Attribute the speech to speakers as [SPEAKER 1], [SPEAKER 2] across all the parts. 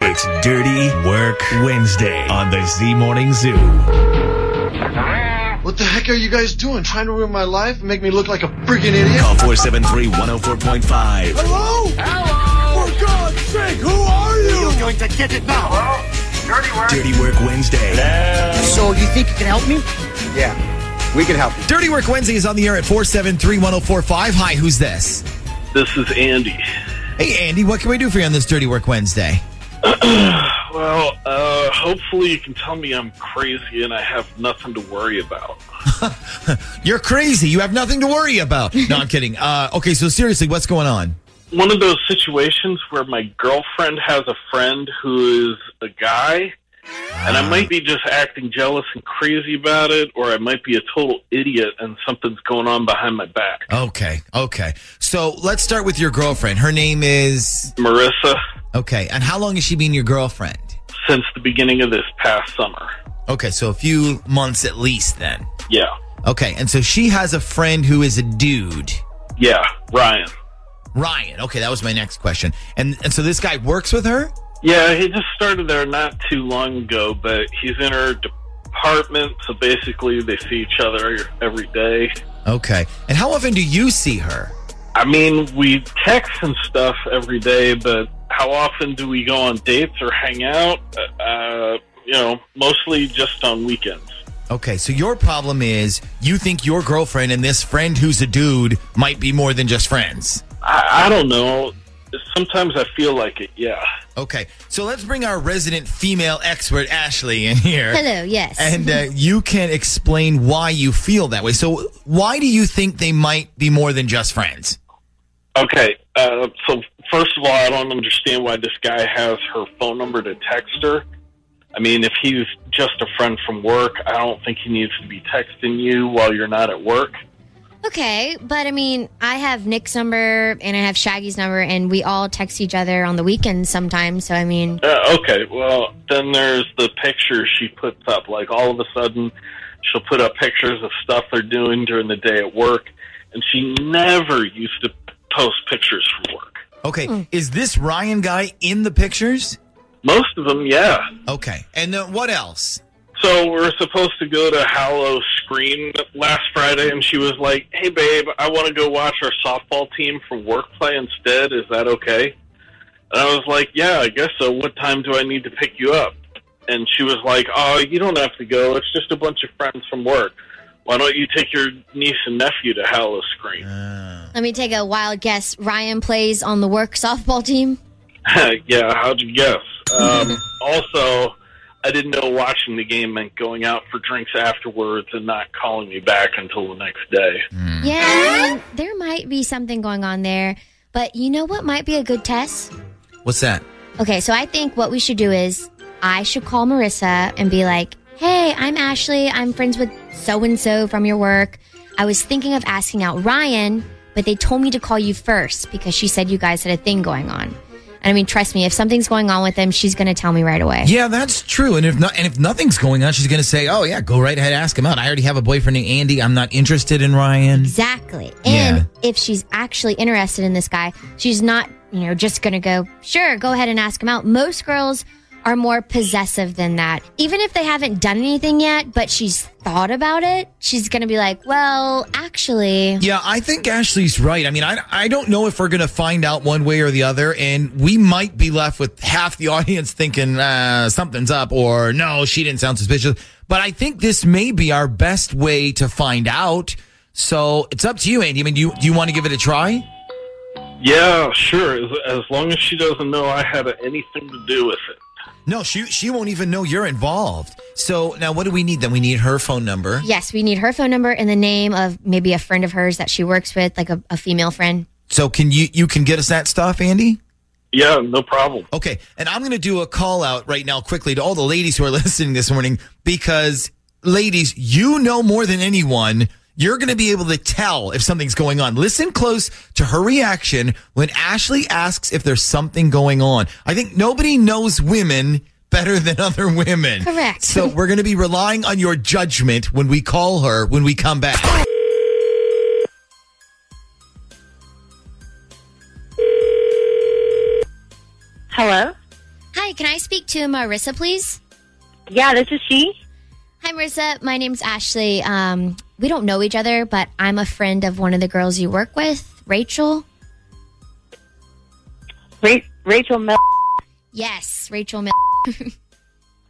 [SPEAKER 1] It's Dirty Work Wednesday on the Z Morning Zoo.
[SPEAKER 2] What the heck are you guys doing? Trying to ruin my life and make me look like a freaking idiot?
[SPEAKER 1] Call 473 104.5.
[SPEAKER 2] Hello? Hello? For God's sake, who are you? You're going to get it now.
[SPEAKER 1] Dirty Work Wednesday.
[SPEAKER 3] So you think you can help me?
[SPEAKER 2] Yeah, we can help you.
[SPEAKER 1] Dirty Work Wednesday is on the air at 473 1045. Hi, who's this?
[SPEAKER 4] This is Andy.
[SPEAKER 1] Hey, Andy, what can we do for you on this Dirty Work Wednesday?
[SPEAKER 4] Well, uh, hopefully you can tell me I'm crazy and I have nothing to worry about.
[SPEAKER 1] You're crazy. You have nothing to worry about. No, I'm kidding. Uh, okay, so seriously, what's going on?
[SPEAKER 4] One of those situations where my girlfriend has a friend who is a guy, and I might be just acting jealous and crazy about it, or I might be a total idiot and something's going on behind my back.
[SPEAKER 1] Okay, okay. So let's start with your girlfriend. Her name is.
[SPEAKER 4] Marissa,
[SPEAKER 1] Okay, and how long has she been your girlfriend?
[SPEAKER 4] since the beginning of this past summer.
[SPEAKER 1] Okay, so a few months at least then.
[SPEAKER 4] Yeah.
[SPEAKER 1] Okay, and so she has a friend who is a dude.
[SPEAKER 4] Yeah. Ryan.
[SPEAKER 1] Ryan. Okay, that was my next question. And and so this guy works with her?
[SPEAKER 4] Yeah, he just started there not too long ago, but he's in her department, so basically they see each other every day.
[SPEAKER 1] Okay. And how often do you see her?
[SPEAKER 4] I mean, we text and stuff every day, but how often do we go on dates or hang out? Uh, you know, mostly just on weekends.
[SPEAKER 1] Okay, so your problem is you think your girlfriend and this friend who's a dude might be more than just friends.
[SPEAKER 4] I, I don't know. Sometimes I feel like it, yeah.
[SPEAKER 1] Okay, so let's bring our resident female expert, Ashley, in here.
[SPEAKER 5] Hello, yes.
[SPEAKER 1] And uh, you can explain why you feel that way. So, why do you think they might be more than just friends?
[SPEAKER 4] Okay, uh, so first of all, I don't understand why this guy has her phone number to text her. I mean, if he's just a friend from work, I don't think he needs to be texting you while you're not at work.
[SPEAKER 5] okay, but I mean, I have Nick's number and I have Shaggy's number, and we all text each other on the weekends sometimes. So I mean,
[SPEAKER 4] Uh, okay, well, then there's the pictures she puts up. Like, all of a sudden, she'll put up pictures of stuff they're doing during the day at work, and she never used to post pictures from work.
[SPEAKER 1] Okay, is this Ryan guy in the pictures?
[SPEAKER 4] Most of them, yeah.
[SPEAKER 1] Okay, and then what else?
[SPEAKER 4] So we're supposed to go to Hallow Screen last Friday, and she was like, "Hey, babe, I want to go watch our softball team from work play instead. Is that okay?" And I was like, "Yeah, I guess so. What time do I need to pick you up?" And she was like, "Oh, you don't have to go. It's just a bunch of friends from work. Why don't you take your niece and nephew to Hallow Screen?"
[SPEAKER 5] let me take a wild guess. Ryan plays on the work softball team.
[SPEAKER 4] yeah, how'd you guess? Um, also, I didn't know watching the game meant going out for drinks afterwards and not calling me back until the next day.
[SPEAKER 5] Yeah, I mean, there might be something going on there, but you know what might be a good test?
[SPEAKER 1] What's that?
[SPEAKER 5] Okay, so I think what we should do is I should call Marissa and be like, hey, I'm Ashley. I'm friends with so and so from your work. I was thinking of asking out Ryan, but they told me to call you first because she said you guys had a thing going on. And I mean, trust me, if something's going on with them, she's going to tell me right away.
[SPEAKER 1] Yeah, that's true. And if not, and if nothing's going on, she's going to say, "Oh yeah, go right ahead, ask him out. I already have a boyfriend named Andy. I'm not interested in Ryan."
[SPEAKER 5] Exactly. And if she's actually interested in this guy, she's not, you know, just going to go, sure, go ahead and ask him out. Most girls are more possessive than that. Even if they haven't done anything yet, but she's thought about it, she's going to be like, well, actually,
[SPEAKER 1] Yeah, I think Ashley's right. I mean, I, I don't know if we're going to find out one way or the other, and we might be left with half the audience thinking uh, something's up or no, she didn't sound suspicious. But I think this may be our best way to find out. So it's up to you, Andy. I mean, do you, do you want to give it a try?
[SPEAKER 4] Yeah, sure. As, as long as she doesn't know I had anything to do with it.
[SPEAKER 1] No, she she won't even know you're involved. So now, what do we need? Then we need her phone number.
[SPEAKER 5] yes, we need her phone number and the name of maybe a friend of hers that she works with, like a, a female friend.
[SPEAKER 1] So can you you can get us that stuff, Andy?
[SPEAKER 4] Yeah, no problem.
[SPEAKER 1] Okay. And I'm going to do a call out right now quickly to all the ladies who are listening this morning because, ladies, you know more than anyone. You're going to be able to tell if something's going on. Listen close to her reaction when Ashley asks if there's something going on. I think nobody knows women better than other women.
[SPEAKER 5] Correct.
[SPEAKER 1] So we're going to be relying on your judgment when we call her when we come back.
[SPEAKER 6] Hello?
[SPEAKER 5] Hi, can I speak to Marissa, please?
[SPEAKER 6] Yeah, this is she.
[SPEAKER 5] Hi, Marissa. My name's Ashley. Um, we don't know each other, but I'm a friend of one of the girls you work with, Rachel.
[SPEAKER 6] Ra- Rachel Mel.
[SPEAKER 5] Yes, Rachel. Mil-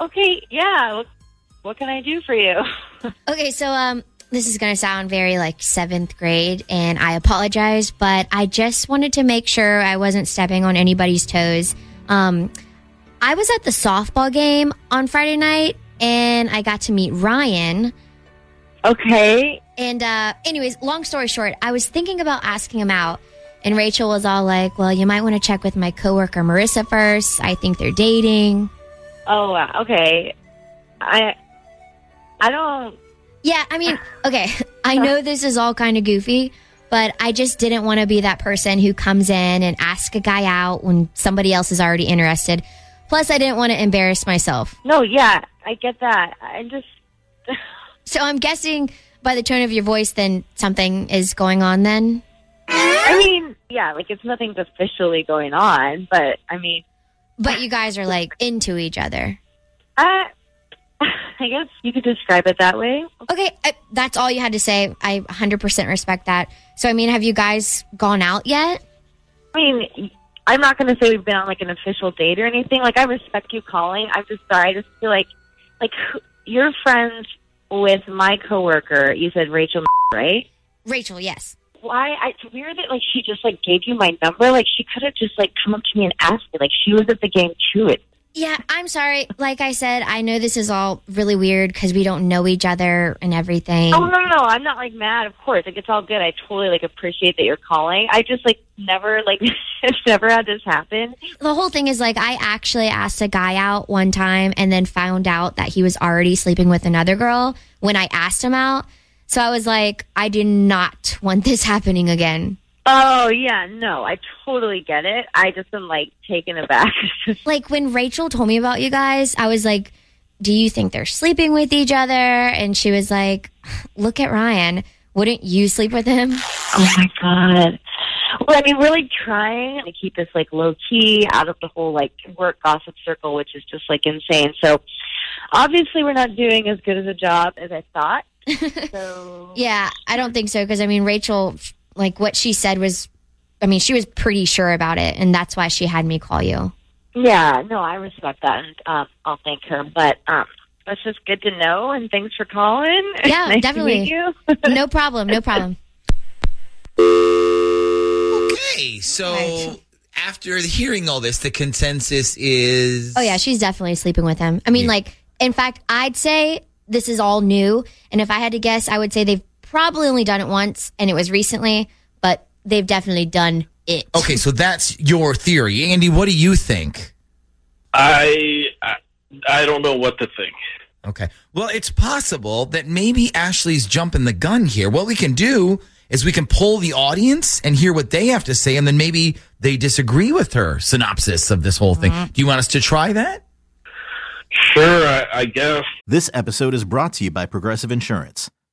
[SPEAKER 6] Okay, yeah. What, what can I do for you?
[SPEAKER 5] Okay, so um, this is gonna sound very like seventh grade, and I apologize, but I just wanted to make sure I wasn't stepping on anybody's toes. Um, I was at the softball game on Friday night, and I got to meet Ryan.
[SPEAKER 6] Okay.
[SPEAKER 5] And uh, anyways, long story short, I was thinking about asking him out, and Rachel was all like, "Well, you might want to check with my coworker Marissa first. I think they're dating."
[SPEAKER 6] Oh, wow. Okay. I I don't
[SPEAKER 5] Yeah, I mean, okay, I know this is all kind of goofy, but I just didn't want to be that person who comes in and asks a guy out when somebody else is already interested. Plus, I didn't want to embarrass myself.
[SPEAKER 6] No, yeah. I get that. I just
[SPEAKER 5] So I'm guessing by the tone of your voice, then something is going on then?
[SPEAKER 6] I mean, yeah, like it's nothing's officially going on, but I mean,
[SPEAKER 5] But you guys are like into each other.
[SPEAKER 6] I I guess you could describe it that way.
[SPEAKER 5] Okay, I, that's all you had to say. I 100% respect that. So, I mean, have you guys gone out yet?
[SPEAKER 6] I mean, I'm not going to say we've been on like an official date or anything. Like, I respect you calling. I'm just sorry. I just feel like, like who- you're friends with my coworker. You said Rachel, right?
[SPEAKER 5] Rachel, yes.
[SPEAKER 6] Why? I, it's weird that like she just like gave you my number. Like she could have just like come up to me and asked me. Like she was at the game too. It.
[SPEAKER 5] Yeah, I'm sorry. Like I said, I know this is all really weird because we don't know each other and everything.
[SPEAKER 6] Oh no, no, no. I'm not like mad. Of course, like it's all good. I totally like appreciate that you're calling. I just like never like it's never had this happen.
[SPEAKER 5] The whole thing is like I actually asked a guy out one time and then found out that he was already sleeping with another girl when I asked him out. So I was like, I do not want this happening again.
[SPEAKER 6] Oh yeah, no. I totally get it. I just am like taken aback.
[SPEAKER 5] Like when Rachel told me about you guys, I was like, Do you think they're sleeping with each other? And she was like, Look at Ryan. Wouldn't you sleep with him?
[SPEAKER 6] Oh my god. Well, I mean, really trying to keep this like low key out of the whole like work gossip circle, which is just like insane. So obviously, we're not doing as good as a job as I thought. So
[SPEAKER 5] Yeah, I don't think so because I mean Rachel, like what she said was, I mean she was pretty sure about it, and that's why she had me call you.
[SPEAKER 6] yeah, no, I respect that, and um, I'll thank her. But um, that's just good to know, and thanks for calling.
[SPEAKER 5] Yeah,
[SPEAKER 6] Nice to
[SPEAKER 5] definitely.
[SPEAKER 6] meet you.
[SPEAKER 5] No problem, no problem.
[SPEAKER 1] Okay. So
[SPEAKER 5] Right.
[SPEAKER 1] after hearing all this, the consensus is.
[SPEAKER 5] Oh yeah, she's definitely sleeping with him. I mean, like in fact, I'd say this is all new, and if I had to guess, I would say they've probably only done it once, and it was recently, but they've definitely done it.
[SPEAKER 1] Okay, so that's your theory. Andy, what do you think?
[SPEAKER 4] I, I I don't know what to think.
[SPEAKER 1] Okay. Well, it's possible that maybe Ashley's jumping the gun here. What we can do is we can pull the audience and hear what they have to say, and then maybe they disagree with her synopsis of this whole thing. Do you want us to try that?
[SPEAKER 4] Sure, I, I guess.
[SPEAKER 7] This episode is brought to you by Progressive Insurance.